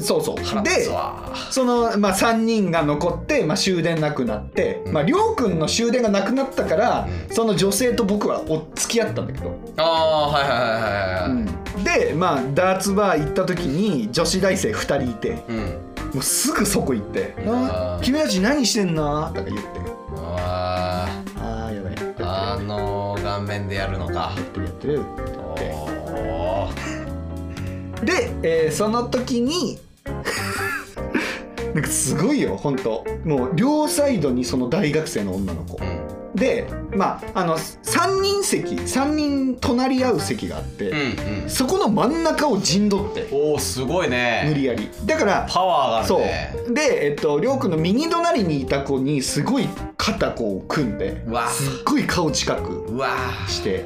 [SPEAKER 2] そうそう
[SPEAKER 3] 腹立
[SPEAKER 2] で
[SPEAKER 3] つわ
[SPEAKER 2] その、まあ、3人が残って、まあ、終電なくなって、
[SPEAKER 3] うん
[SPEAKER 2] まあ、りょうくんの終電がなくなったから、
[SPEAKER 3] う
[SPEAKER 2] その女性と僕はお付き合ったんだけど、
[SPEAKER 3] ああーはいはいはいはいはい
[SPEAKER 2] で、まあ、ダーツバー行った時に女子大生2人いて
[SPEAKER 3] うん、
[SPEAKER 2] もうすぐそこ行って「
[SPEAKER 3] あー
[SPEAKER 2] あ君たち何してんの?」とか言って
[SPEAKER 3] あ
[SPEAKER 2] 「ああやばいやって
[SPEAKER 3] ー
[SPEAKER 2] る
[SPEAKER 3] あの顔面でやるのか
[SPEAKER 2] やってるやってる」
[SPEAKER 3] おー
[SPEAKER 2] で、えーその時に なんかすごいよ本当もう両サイドにその大学生の女の子
[SPEAKER 3] うん
[SPEAKER 2] でまああの3人席3人隣り合う席があって、
[SPEAKER 3] うんうん
[SPEAKER 2] そこの真ん中を陣取って
[SPEAKER 3] おおすごい
[SPEAKER 2] 無
[SPEAKER 3] ね
[SPEAKER 2] 理やりだから
[SPEAKER 3] パワーが
[SPEAKER 2] そ
[SPEAKER 3] あるね
[SPEAKER 2] うでえっと亮君の右隣にいた子にすごい肩こう組んで
[SPEAKER 3] うわ
[SPEAKER 2] すっごい顔近く
[SPEAKER 3] うわ
[SPEAKER 2] して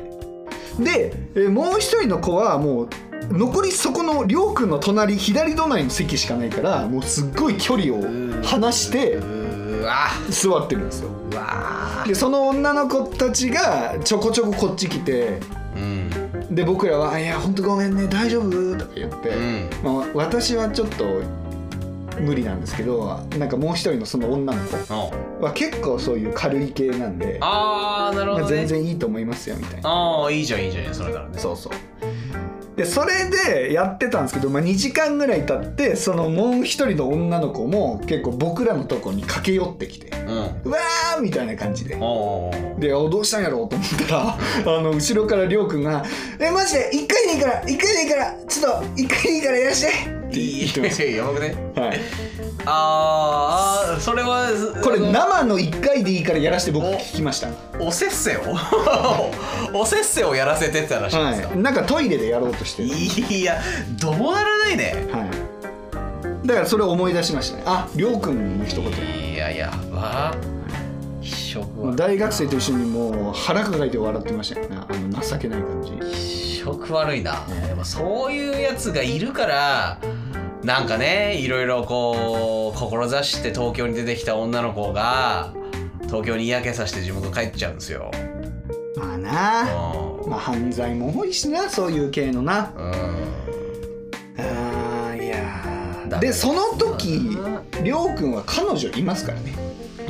[SPEAKER 2] でえーもう一人の子はもう残りそこの亮君の隣左隣の席しかないからもうすっごい距離を離して
[SPEAKER 3] うわ
[SPEAKER 2] 座ってるんですよ
[SPEAKER 3] うわ
[SPEAKER 2] でその女の子たちがちょこちょここっち来て
[SPEAKER 3] うん
[SPEAKER 2] で僕らはあ「いやほんとごめんね大丈夫?」とか言って、
[SPEAKER 3] うん
[SPEAKER 2] まあ、私はちょっと無理なんですけどなんかもう一人のその女の子
[SPEAKER 3] お
[SPEAKER 2] は結構そういう軽い系なんで
[SPEAKER 3] あーなるほ
[SPEAKER 2] ま
[SPEAKER 3] ど
[SPEAKER 2] あ全
[SPEAKER 3] ね
[SPEAKER 2] 然いいと思いますよみたいな
[SPEAKER 3] ああいいじゃんいいじゃんそれならね
[SPEAKER 2] そうそうでそれでやってたんですけど、まあ、2時間ぐらい経ってそのもう一人の女の子も結構僕らのとこに駆け寄ってきて
[SPEAKER 3] うん
[SPEAKER 2] うわーみたいな感じで
[SPEAKER 3] おうおうおう
[SPEAKER 2] であどうしたんやろうと思ったら あの後ろからりょうくんが「えマジで1回でいいから1回でいいからちょっと1回でいいからいらっしゃい」って言ってまし
[SPEAKER 3] いややばくね
[SPEAKER 2] た、はい、
[SPEAKER 3] あーあーそれは
[SPEAKER 2] これ
[SPEAKER 3] あの
[SPEAKER 2] 生の1回でいいからやらして僕聞きました
[SPEAKER 3] おせっせをおせっせをやらせてたらしいんですか、
[SPEAKER 2] はいなんかトイレでやろうとしてる
[SPEAKER 3] い、やどうならないね
[SPEAKER 2] はいだからそれを思い出しましたねありょうくんの一言
[SPEAKER 3] いややば一生
[SPEAKER 2] もう大学生と一緒にもう腹抱えて笑ってましたよねあの情けない感
[SPEAKER 3] 気
[SPEAKER 2] じ
[SPEAKER 3] 色悪いな、でもそういうやつがいるからなんかねいろいろこう志して東京に出てきた女の子が東京に嫌気させて地元帰っちゃうんですよ。
[SPEAKER 2] まあ
[SPEAKER 3] う
[SPEAKER 2] なんまあ犯罪も多いしなそういう系のな
[SPEAKER 3] うん
[SPEAKER 2] あーいや
[SPEAKER 3] だ
[SPEAKER 2] ー
[SPEAKER 3] め
[SPEAKER 2] で
[SPEAKER 3] です
[SPEAKER 2] そ
[SPEAKER 3] な
[SPEAKER 2] の時りょうくんは彼女いますからね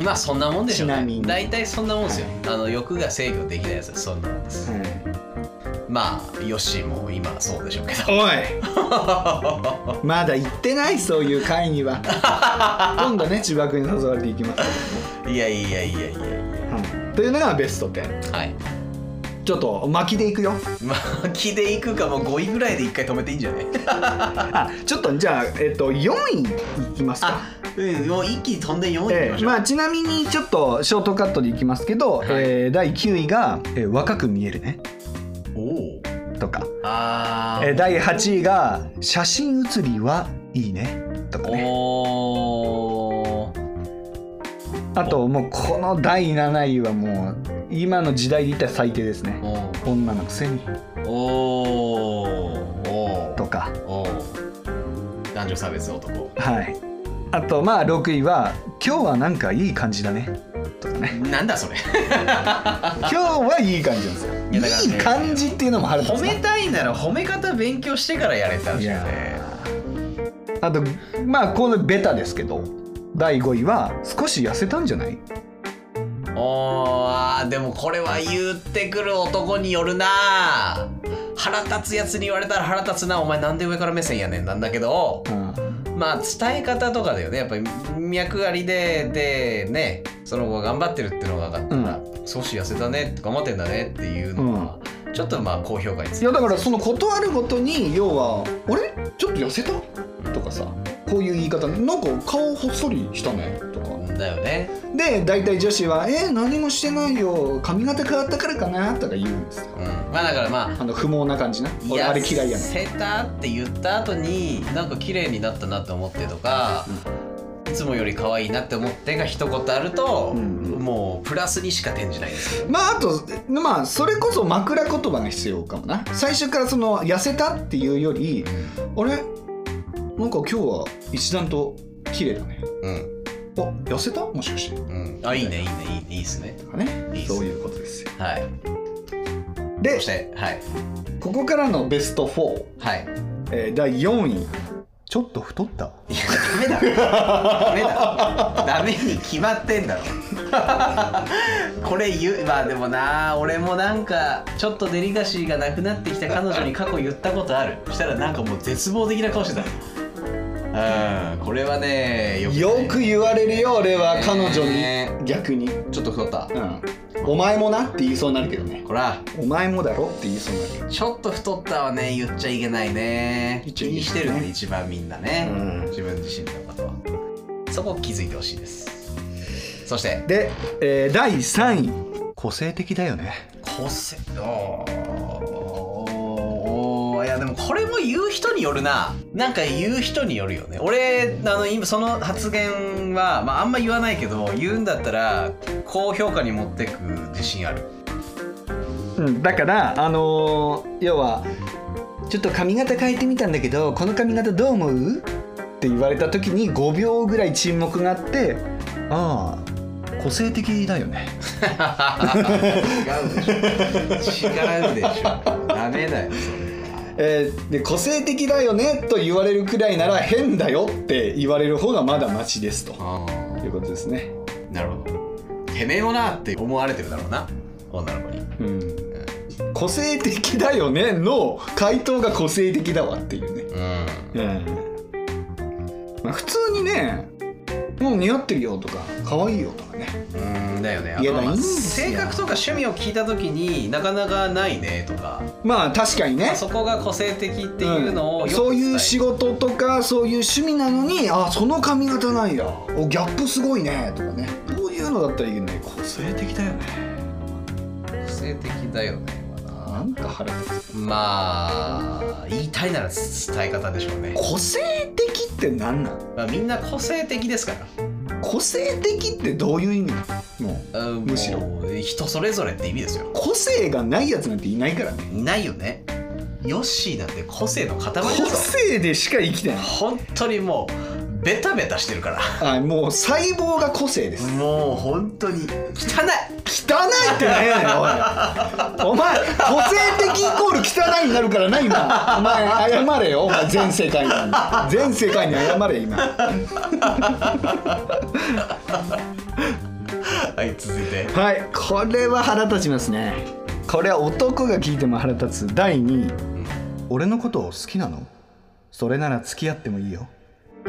[SPEAKER 3] まあそんなもんでしょう、
[SPEAKER 2] ちなみ
[SPEAKER 3] ね
[SPEAKER 2] に、
[SPEAKER 3] 大体そんなもんですよ、
[SPEAKER 2] は
[SPEAKER 3] あの欲が制御できないやつはそんなもんです、まあヨッシーも今そうでしょうけど
[SPEAKER 2] おいまだ行ってないそういう会に は今度ね千葉君に誘われていきます
[SPEAKER 3] いやいやいやいやいや
[SPEAKER 2] というのがベスト10
[SPEAKER 3] はい
[SPEAKER 2] ちょっと巻きでいくよ
[SPEAKER 3] まあ気でいくかもう5位ぐらいで一回止めていいんじゃない
[SPEAKER 2] あちょっとじゃあ、えっと、4位いきますか
[SPEAKER 3] うんもう一気に飛んで4位いき
[SPEAKER 2] え
[SPEAKER 3] ま
[SPEAKER 2] え
[SPEAKER 3] しょう、
[SPEAKER 2] まあ、ちなみにちょっとショートカットでいきますけど、
[SPEAKER 3] い
[SPEAKER 2] えー第9位が、えー若く見えるね」
[SPEAKER 3] おお
[SPEAKER 2] とか、
[SPEAKER 3] あー
[SPEAKER 2] えー第8位が「写真写りはいいね」とかね
[SPEAKER 3] おー
[SPEAKER 2] あともうこの第7位はもう今の時代で言ったら最低ですね
[SPEAKER 3] おー
[SPEAKER 2] 女のくせに
[SPEAKER 3] おーおー
[SPEAKER 2] とか
[SPEAKER 3] おー男女差別男
[SPEAKER 2] はいあとまあ6位は「今日はなんかいい感じだね」とかね
[SPEAKER 3] なんだそれ
[SPEAKER 2] 今日はいい感じなんですよ
[SPEAKER 3] いやだからね
[SPEAKER 2] いい感じっていうのも腹立
[SPEAKER 3] 褒
[SPEAKER 2] つ
[SPEAKER 3] めたいなら褒め方勉強してからやれたん
[SPEAKER 2] い
[SPEAKER 3] じゃ
[SPEAKER 2] や
[SPEAKER 3] ね
[SPEAKER 2] ーあとまあこのベタですけど第5位は少し痩せたんじゃない
[SPEAKER 3] おーあーでもこれは言ってくる男によるな腹立つやつに言われたら腹立つなお前なんで上から目線やねんなんだけどまあ伝え方とかだよねやっぱり脈ありででねその子が頑張ってるっていうのが分かったら、少し痩せたね頑張ってんだねっていうのは、ちょっとまあ高評価につ
[SPEAKER 2] いやだからその断るごとに要は「あれちょっと痩せた?」とかさこういう言い方なんか顔ほっそりしたねとか
[SPEAKER 3] だよね
[SPEAKER 2] で大体女子は「えー何もしてないよ髪型変わったからかな」とか言うんですよ
[SPEAKER 3] うんまあだからまあ
[SPEAKER 2] あの不毛な感じな俺あれ嫌いやねん
[SPEAKER 3] 痩せたって言った後になんか綺麗になったなって思ってとか、いつもより可愛いなって思ってが一言あると、
[SPEAKER 2] うんうん
[SPEAKER 3] もうプラスにしか転じないですよ
[SPEAKER 2] まああとまあそれこそ枕言葉が必要かもな最初からその痩せたっていうよりあれなんか今日は一段と綺麗だね
[SPEAKER 3] うん
[SPEAKER 2] あ痩せたもしかして
[SPEAKER 3] うんあいいねいいねいいねいいですね
[SPEAKER 2] とかね
[SPEAKER 3] いいっす
[SPEAKER 2] そういうことですよ
[SPEAKER 3] はい
[SPEAKER 2] で
[SPEAKER 3] そしてはい
[SPEAKER 2] ここからのベスト4、
[SPEAKER 3] はい
[SPEAKER 2] えー第4位ちょっと太った
[SPEAKER 3] いやダメだろダメだろダメに決まってんだろこれ言うまあでもな俺もなんかちょっとデリカシーがなくなってきた彼女に過去言ったことあるそしたらなんかもう絶望的な顔してたうんこれはねよく
[SPEAKER 2] よ
[SPEAKER 3] ない
[SPEAKER 2] く言われるよ俺は彼女
[SPEAKER 3] ね
[SPEAKER 2] に逆に、
[SPEAKER 3] ちょっと太った
[SPEAKER 2] うん、お前もなって言いそうになるけどね
[SPEAKER 3] こら
[SPEAKER 2] お前もだろって言いそうになるけど
[SPEAKER 3] ちょっと太ったはね言っちゃいけないね
[SPEAKER 2] 言っ
[SPEAKER 3] 気
[SPEAKER 2] ちゃいけないね
[SPEAKER 3] にしてるね一番みんなね、
[SPEAKER 2] うん
[SPEAKER 3] 自分自身のことはそこ気づいてほしいですそして
[SPEAKER 2] で、えー第3位個性的だよね
[SPEAKER 3] 個性おーいやでもこれも言う人によるななんか言う人によるよね俺あの今その発言は、まあ、あんま言わないけど言うんだったら高評価に持ってく自信ある
[SPEAKER 2] うん、だからあのー要はちょっと髪型変えてみたんだけどこの髪型どう思うって言われた時に5秒ぐらい沈黙があってああ個性的だよね
[SPEAKER 3] 違うでしょ違うでしょダメだよ
[SPEAKER 2] えーで個性的だよねと言われるくらいなら変だよって言われる方がまだマシですと
[SPEAKER 3] あ
[SPEAKER 2] いうことですね。
[SPEAKER 3] ーなるほどてめえもなって思われてるだろうな女の子に
[SPEAKER 2] うん、個性的だよねの回答が個性的だわっていうね。
[SPEAKER 3] うん
[SPEAKER 2] うんまあ、普通にねもう似合ってるよとか可愛いよとかね
[SPEAKER 3] うんだよね
[SPEAKER 2] いや
[SPEAKER 3] あとまあ
[SPEAKER 2] いいんすよ
[SPEAKER 3] 性格とか趣味を聞いた時になかなかないねとか
[SPEAKER 2] まあ確かにね
[SPEAKER 3] そこが個性的っていうのを
[SPEAKER 2] ん
[SPEAKER 3] よ
[SPEAKER 2] そ
[SPEAKER 3] く
[SPEAKER 2] う
[SPEAKER 3] 伝え
[SPEAKER 2] いう仕事とかそういう趣味なのにあその髪型なんやおギャップすごいねとかねこういうのだったらいいね個性的だよね
[SPEAKER 3] 個性的だよね
[SPEAKER 2] なんか腹立つ
[SPEAKER 3] まあ言いたいなら伝え方でしょうね、
[SPEAKER 2] 個性的って何なん
[SPEAKER 3] まあ、みんな個性的ですから
[SPEAKER 2] 個性的ってどういう意味なのもう
[SPEAKER 3] うん
[SPEAKER 2] むしろ
[SPEAKER 3] もう人それぞれって意味ですよ
[SPEAKER 2] 個性がないやつなんていないからね
[SPEAKER 3] いないよねヨッシーなんて個性の塊
[SPEAKER 2] 個
[SPEAKER 3] ですよ
[SPEAKER 2] 性でしか生きてない
[SPEAKER 3] 本当にもうベタベタしてるから
[SPEAKER 2] あもう細胞が個性です
[SPEAKER 3] もう本当に汚い
[SPEAKER 2] 汚いって何やねんおいお前個性的イコール汚いになるからな今お前謝れよお前全世界に全世界に謝れ今は
[SPEAKER 3] はい続いて
[SPEAKER 2] いこれは腹立ちますねこれは男が聞いても腹立つ第2位、俺のことを好きなのそれなら付き合ってもいいよ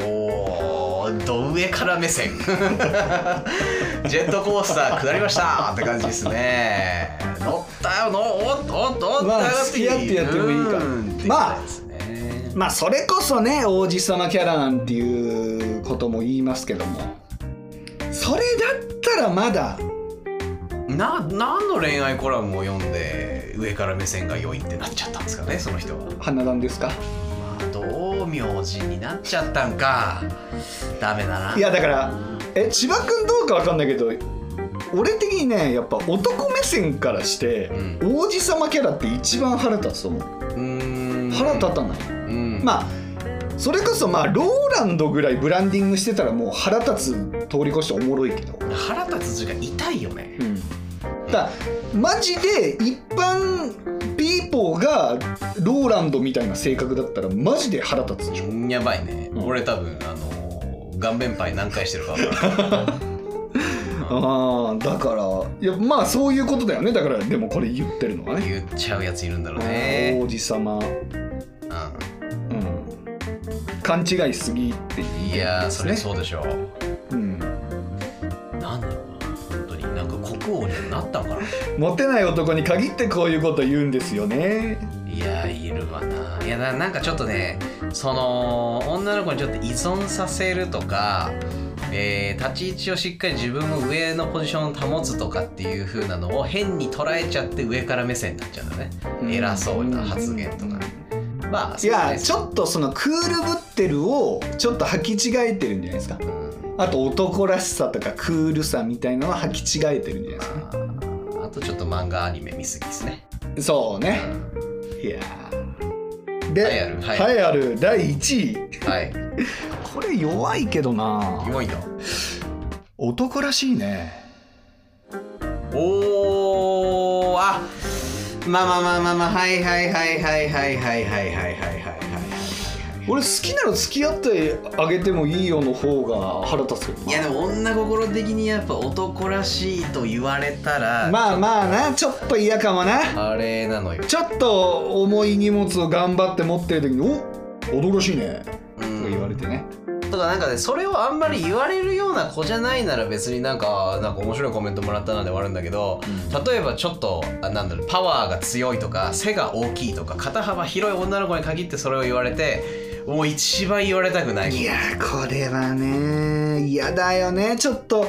[SPEAKER 3] おおど上から目線 ジェットコースター下りましたって感じですね乗ったよのおっとおっとおっと
[SPEAKER 2] まあ
[SPEAKER 3] 上が
[SPEAKER 2] 付き合ってやってもいいか
[SPEAKER 3] うんっていう
[SPEAKER 2] まあ
[SPEAKER 3] やつね
[SPEAKER 2] まあそれこそね王子様キャラなんていうことも言いますけどもそれだったらまだ
[SPEAKER 3] な何の恋愛コラムを読んで上から目線が良いってなっちゃったんですかねその人は
[SPEAKER 2] 花壇ですか
[SPEAKER 3] まあ道明寺になっちゃったんかダメだない
[SPEAKER 2] やだからえ千葉君どうかわかんないけど俺的にねやっぱ男目線からして、
[SPEAKER 3] う
[SPEAKER 2] 王子様キャラって一番腹立つと思う
[SPEAKER 3] うーん
[SPEAKER 2] 腹立たない、
[SPEAKER 3] うん
[SPEAKER 2] まあそれこそまあローランドぐらいブランディングしてたらもう腹立つ通り越しておもろいけど、
[SPEAKER 3] 腹立つ字が痛いよね
[SPEAKER 2] うん、だからマジで一般ピーポーがローランドみたいな性格だったらマジで腹立つでしょ
[SPEAKER 3] やばいね、
[SPEAKER 2] うん
[SPEAKER 3] 俺多分あのー顔面パイ何回してるか分からない
[SPEAKER 2] ああだからいやまあそういうことだよねだからでもこれ言ってるのはね
[SPEAKER 3] 言っちゃうやついるんだろうね、
[SPEAKER 2] 王子様、
[SPEAKER 3] う、
[SPEAKER 2] うん、勘違いすぎっていうん
[SPEAKER 3] いやーそれ
[SPEAKER 2] ね
[SPEAKER 3] そうでしょう
[SPEAKER 2] うん、
[SPEAKER 3] なんだろうな本当になんか国王にもなったんかな
[SPEAKER 2] モテない男に限ってこういうこと言うんですよね
[SPEAKER 3] いやーいるわないやななんかちょっとねその女の子にちょっと依存させるとかえー立ち位置をしっかり自分も上のポジションを保つとかっていう風なのを変に捉えちゃって上から目線になっちゃうんだね、偉そうな発言とかねまあ
[SPEAKER 2] いやちょっとそのクールぶってるをちょっと履き違えてるんじゃないですかあと男らしさとかクールさみたいなのは履き違えてるんじゃないですかね
[SPEAKER 3] ああとちょっと漫画アニメ見すぎですね。
[SPEAKER 2] そうねいやーで
[SPEAKER 3] 栄えあるはい
[SPEAKER 2] 栄えある第1位
[SPEAKER 3] はい。
[SPEAKER 2] これ弱いけどな
[SPEAKER 3] 弱いんだ。
[SPEAKER 2] 男らしいね
[SPEAKER 3] おおあまあまあまあまあまあはいはいはいはいはいはいはいはいはいはいはい
[SPEAKER 2] 俺好きなら付き合ってあげてもいいよの方が腹立つけど
[SPEAKER 3] いやでも女心的にやっぱ男らしいと言われたら、
[SPEAKER 2] まあまあなちょっと嫌かもな
[SPEAKER 3] あれなのよ。
[SPEAKER 2] ちょっと重い荷物を頑張って持ってる時に「お驚しいね」
[SPEAKER 3] う
[SPEAKER 2] と
[SPEAKER 3] ん
[SPEAKER 2] か言われてね
[SPEAKER 3] とかなんかねそれをあんまり言われるような子じゃないなら別になんかなんか面白いコメントもらったなんで終わるんだけど、例えばちょっとあなんだろうパワーが強いとか背が大きいとか肩幅広い女の子に限ってそれを言われてもう一番言われたくない
[SPEAKER 2] やこれはねん嫌だよねちょっと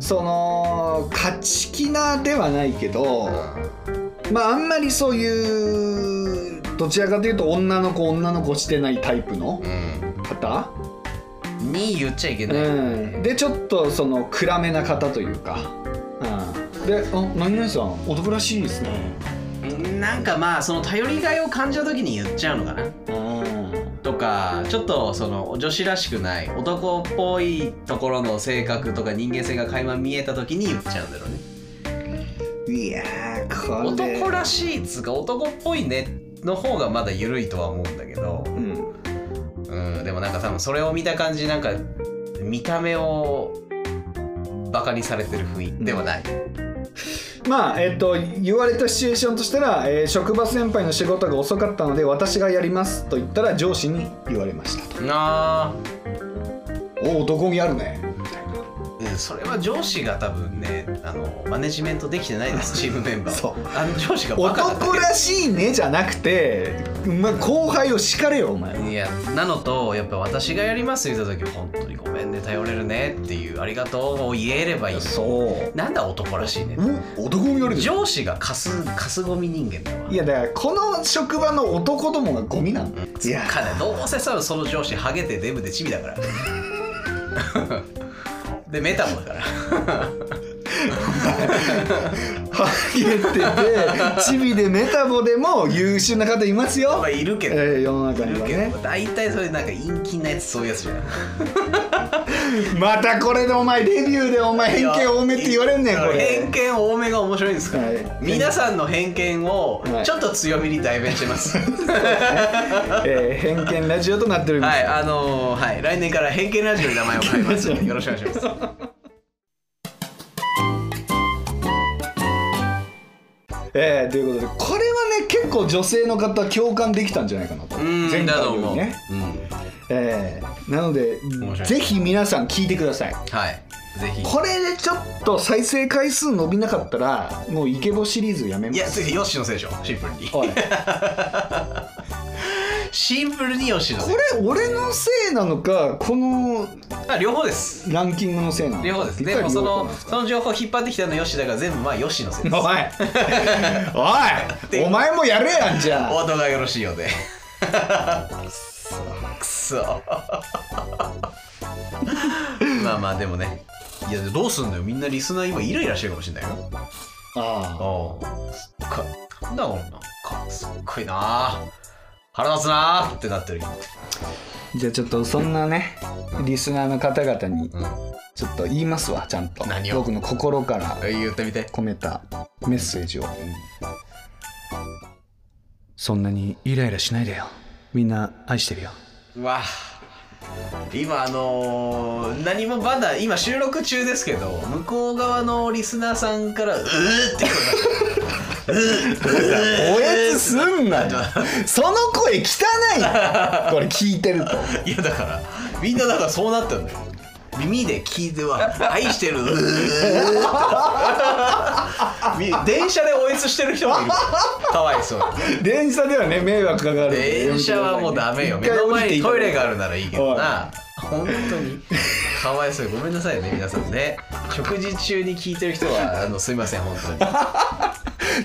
[SPEAKER 2] その勝ち気なではないけどまああんまりそういうどちらかというと女の子女の子してないタイプの
[SPEAKER 3] う
[SPEAKER 2] 方、
[SPEAKER 3] んに言っちゃいけ
[SPEAKER 2] う
[SPEAKER 3] ない、
[SPEAKER 2] ん、でちょっとその暗めな方というか、うん、で「あ何々さん男らしいですね
[SPEAKER 3] なんかまあその頼りがいを感じた時に言っちゃうのかな」
[SPEAKER 2] うん
[SPEAKER 3] とかちょっとその女子らしくない男っぽいところの性格とか人間性が垣間見えた時に言っちゃうんだろうね
[SPEAKER 2] いやーこれ
[SPEAKER 3] 男らしいっつうか男っぽいねの方がまだ緩いとは思うんだけど、
[SPEAKER 2] うん
[SPEAKER 3] うん、でもなんか多分それを見た感じなんか見た目をバカにされてる雰囲気ではない、
[SPEAKER 2] まあえっと言われたシチュエーションとしたら、えー職場先輩の仕事が遅かったので私がやりますと言ったら上司に言われましたと
[SPEAKER 3] なあ
[SPEAKER 2] おお男気あるね
[SPEAKER 3] うんそれは上司が多分ねあのマネジメントできてないですチームメンバー
[SPEAKER 2] そう
[SPEAKER 3] をあの上司がバカだ
[SPEAKER 2] 男らしいねじゃなくて、まあ、後輩を叱れよお前
[SPEAKER 3] いやなのとやっぱ私がやります言った時本当にごめんね頼れるねっていうありがとうを言えればいいのに
[SPEAKER 2] そう
[SPEAKER 3] なんだ男らしいね
[SPEAKER 2] お男気ある
[SPEAKER 3] 上司がカスカスゴミ人間だわ
[SPEAKER 2] いやだからこの職場の男どもがゴミなのいや
[SPEAKER 3] かねどうせさその上司ハゲてデブでチビだからでメタボ だから
[SPEAKER 2] ハゲててチビでメタボでも優秀な方いますよ
[SPEAKER 3] まあ、いるけど、
[SPEAKER 2] えー世の中
[SPEAKER 3] い
[SPEAKER 2] に
[SPEAKER 3] る
[SPEAKER 2] は
[SPEAKER 3] けど、
[SPEAKER 2] ね
[SPEAKER 3] 大体それなんか陰気なやつそういうやつじゃない
[SPEAKER 2] またこれでお前レビューでお前偏見多めって言われんねんこれ
[SPEAKER 3] 偏見多めが面白いんですから、
[SPEAKER 2] はい
[SPEAKER 3] 皆さんの偏見を
[SPEAKER 2] はい
[SPEAKER 3] ちょっと強みに代弁してます、
[SPEAKER 2] えー偏見ラジオとなっております、
[SPEAKER 3] はい、あのーはい、来年から偏見ラジオの名前を変え ますので、よろしくお願いします。
[SPEAKER 2] えーということでこれはね結構女性の方共感できたんじゃないかなと
[SPEAKER 3] うん、
[SPEAKER 2] 前
[SPEAKER 3] だ
[SPEAKER 2] 回
[SPEAKER 3] と
[SPEAKER 2] よ
[SPEAKER 3] 思
[SPEAKER 2] り
[SPEAKER 3] う。
[SPEAKER 2] ね、
[SPEAKER 3] うん、
[SPEAKER 2] えーなので
[SPEAKER 3] 面白い
[SPEAKER 2] ぜひ皆さん聞いてください
[SPEAKER 3] はい、ぜひ。
[SPEAKER 2] これでちょっと再生回数伸びなかったらもうイケボシリーズやめま
[SPEAKER 3] いや、
[SPEAKER 2] す
[SPEAKER 3] 次、ヨッシーのせいでしょ、シンプルに。
[SPEAKER 2] おいこ
[SPEAKER 3] シンプルにヨッシーのせい。
[SPEAKER 2] れ俺のせいなのかこの
[SPEAKER 3] あ、両方です。
[SPEAKER 2] ランキングのせいなのか
[SPEAKER 3] 両方です。
[SPEAKER 2] ぴっ
[SPEAKER 3] で
[SPEAKER 2] たり
[SPEAKER 3] も、そ
[SPEAKER 2] 両方
[SPEAKER 3] の
[SPEAKER 2] なん、ですか
[SPEAKER 3] その情報を引っ張ってきたのはヨッシーだから、全部、まあ、ヨッシーのせい です。
[SPEAKER 2] おいおいお前もやれやんじゃ
[SPEAKER 3] お
[SPEAKER 2] あ
[SPEAKER 3] 後がよろしいようで。くそ。まあまあ、でもね。いや、どうすんのよ。みんなリスナー今イライラしてるかもしれないよ。
[SPEAKER 2] あ
[SPEAKER 3] おうすっごいなんだこれなんかすっごいなあ腹立つなあってなってる今
[SPEAKER 2] あじゃあちょっとそんなねリスナーの方々にちょっと言いますわちゃんと
[SPEAKER 3] 何を
[SPEAKER 2] 僕の心から
[SPEAKER 3] 言ってみて
[SPEAKER 2] 込めたメッセージをそんなにイライラしないでよみんな愛してるよ
[SPEAKER 3] うわあ今あのー何もまだ今収録中ですけど向こう側のリスナーさんから「うー」って声が
[SPEAKER 2] おやつすんなよその声汚いこれ聞いてると
[SPEAKER 3] いやだからみんなだからそうなったんだよ耳で聞いて は「愛してる」う ーとかみ電車でおえつしてる人もいるかわいそうに
[SPEAKER 2] 電車ではね迷惑かかるんで
[SPEAKER 3] 電車はもうダメよ
[SPEAKER 2] 一
[SPEAKER 3] 目
[SPEAKER 2] 回
[SPEAKER 3] の
[SPEAKER 2] 降
[SPEAKER 3] 前
[SPEAKER 2] りてい
[SPEAKER 3] に
[SPEAKER 2] いと
[SPEAKER 3] ト
[SPEAKER 2] 思
[SPEAKER 3] イ
[SPEAKER 2] う
[SPEAKER 3] レがあるならいいけどな本当にかわいそうにごめんなさいね皆さんね食事中に聞いてる人はあのすいません本当に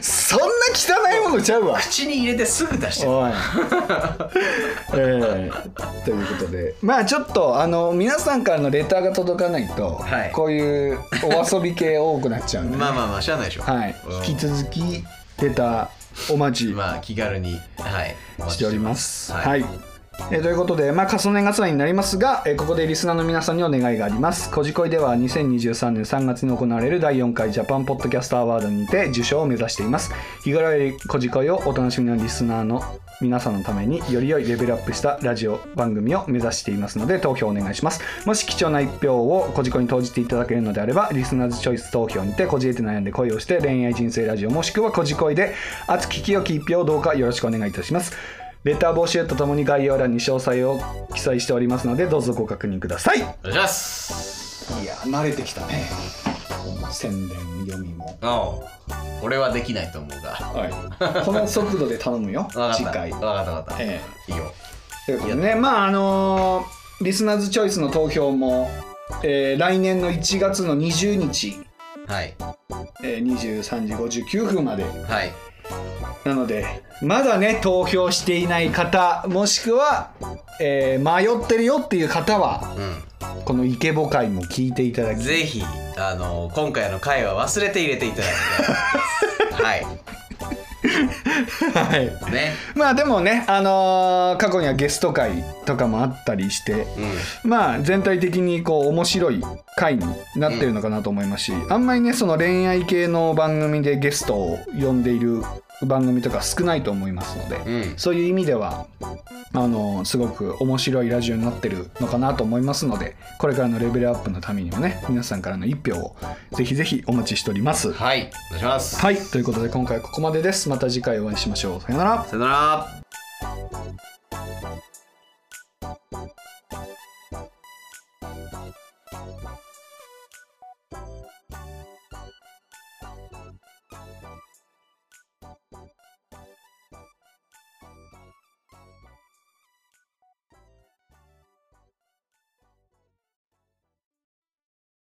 [SPEAKER 2] そんな汚いものちゃうわ
[SPEAKER 3] 口に入れてすぐ出してる
[SPEAKER 2] おい えーということでまあちょっとあの皆さんからのレターが届かないと、
[SPEAKER 3] はい
[SPEAKER 2] こういうお遊び系多くなっちゃうん で、
[SPEAKER 3] まあまあまあしゃあないでしょ
[SPEAKER 2] はい
[SPEAKER 3] うん、
[SPEAKER 2] 引き続きレターお待ち
[SPEAKER 3] まあ気軽にはいお待ち
[SPEAKER 2] しております。
[SPEAKER 3] は
[SPEAKER 2] はいい、えーということで、まあ、重ね重ねになりますが、えーここでリスナーの皆さんにお願いがあります。こじこいでは2023年3月に行われる第4回ジャパンポッドキャストアワードにて受賞を目指しています。日頃よりこじこいをお楽しみのリスナーの皆さんのためにより良いレベルアップしたラジオ番組を目指していますので投票お願いします。もし貴重な一票をこじこいに投じていただけるのであれば、リスナーズチョイス投票にてこじれて悩んで恋をして恋愛人生ラジオもしくはこじこいで熱き清き一票をどうかよろしくお願いいたします。レター募集とともに概要欄に詳細を記載しておりますのでどうぞご確認くださいい
[SPEAKER 3] お願いします
[SPEAKER 2] や慣れてきたね宣伝読みも
[SPEAKER 3] おう俺はできないと思うが
[SPEAKER 2] はいこの速度で頼むよ
[SPEAKER 3] わかっ
[SPEAKER 2] 次
[SPEAKER 3] たわ
[SPEAKER 2] 回
[SPEAKER 3] かったわかったい
[SPEAKER 2] え
[SPEAKER 3] いよ
[SPEAKER 2] えということでねまああのーリスナーズチョイスの投票もえー来年の1月の20日、
[SPEAKER 3] はい
[SPEAKER 2] えー23時59分まで
[SPEAKER 3] はい
[SPEAKER 2] なのでまだね投票していない方もしくは、えー迷ってるよっていう方は
[SPEAKER 3] う
[SPEAKER 2] このイケボ会も聞いていただ
[SPEAKER 3] ん
[SPEAKER 2] き
[SPEAKER 3] ぜひあの今回の回は忘れて入れていただ きたいは
[SPEAKER 2] はい
[SPEAKER 3] いね
[SPEAKER 2] まあでもね、あのー過去にはゲスト会とかもあったりして、
[SPEAKER 3] う
[SPEAKER 2] まあ全体的にこう面白い回になってるのかなと思いますし、あんまりねその恋愛系の番組でゲストを呼んでいる番組とか少ないと思いますので、
[SPEAKER 3] んうん
[SPEAKER 2] そういう意味ではあのーすごく面白いラジオになってるのかなと思いますのでこれからのレベルアップのためにもね皆さんからの一票をぜひぜひお待ちしております。
[SPEAKER 3] はいお願いします
[SPEAKER 2] はいということで今回はここまでです。また次回お会いしましょう。さよなら。
[SPEAKER 3] さよなら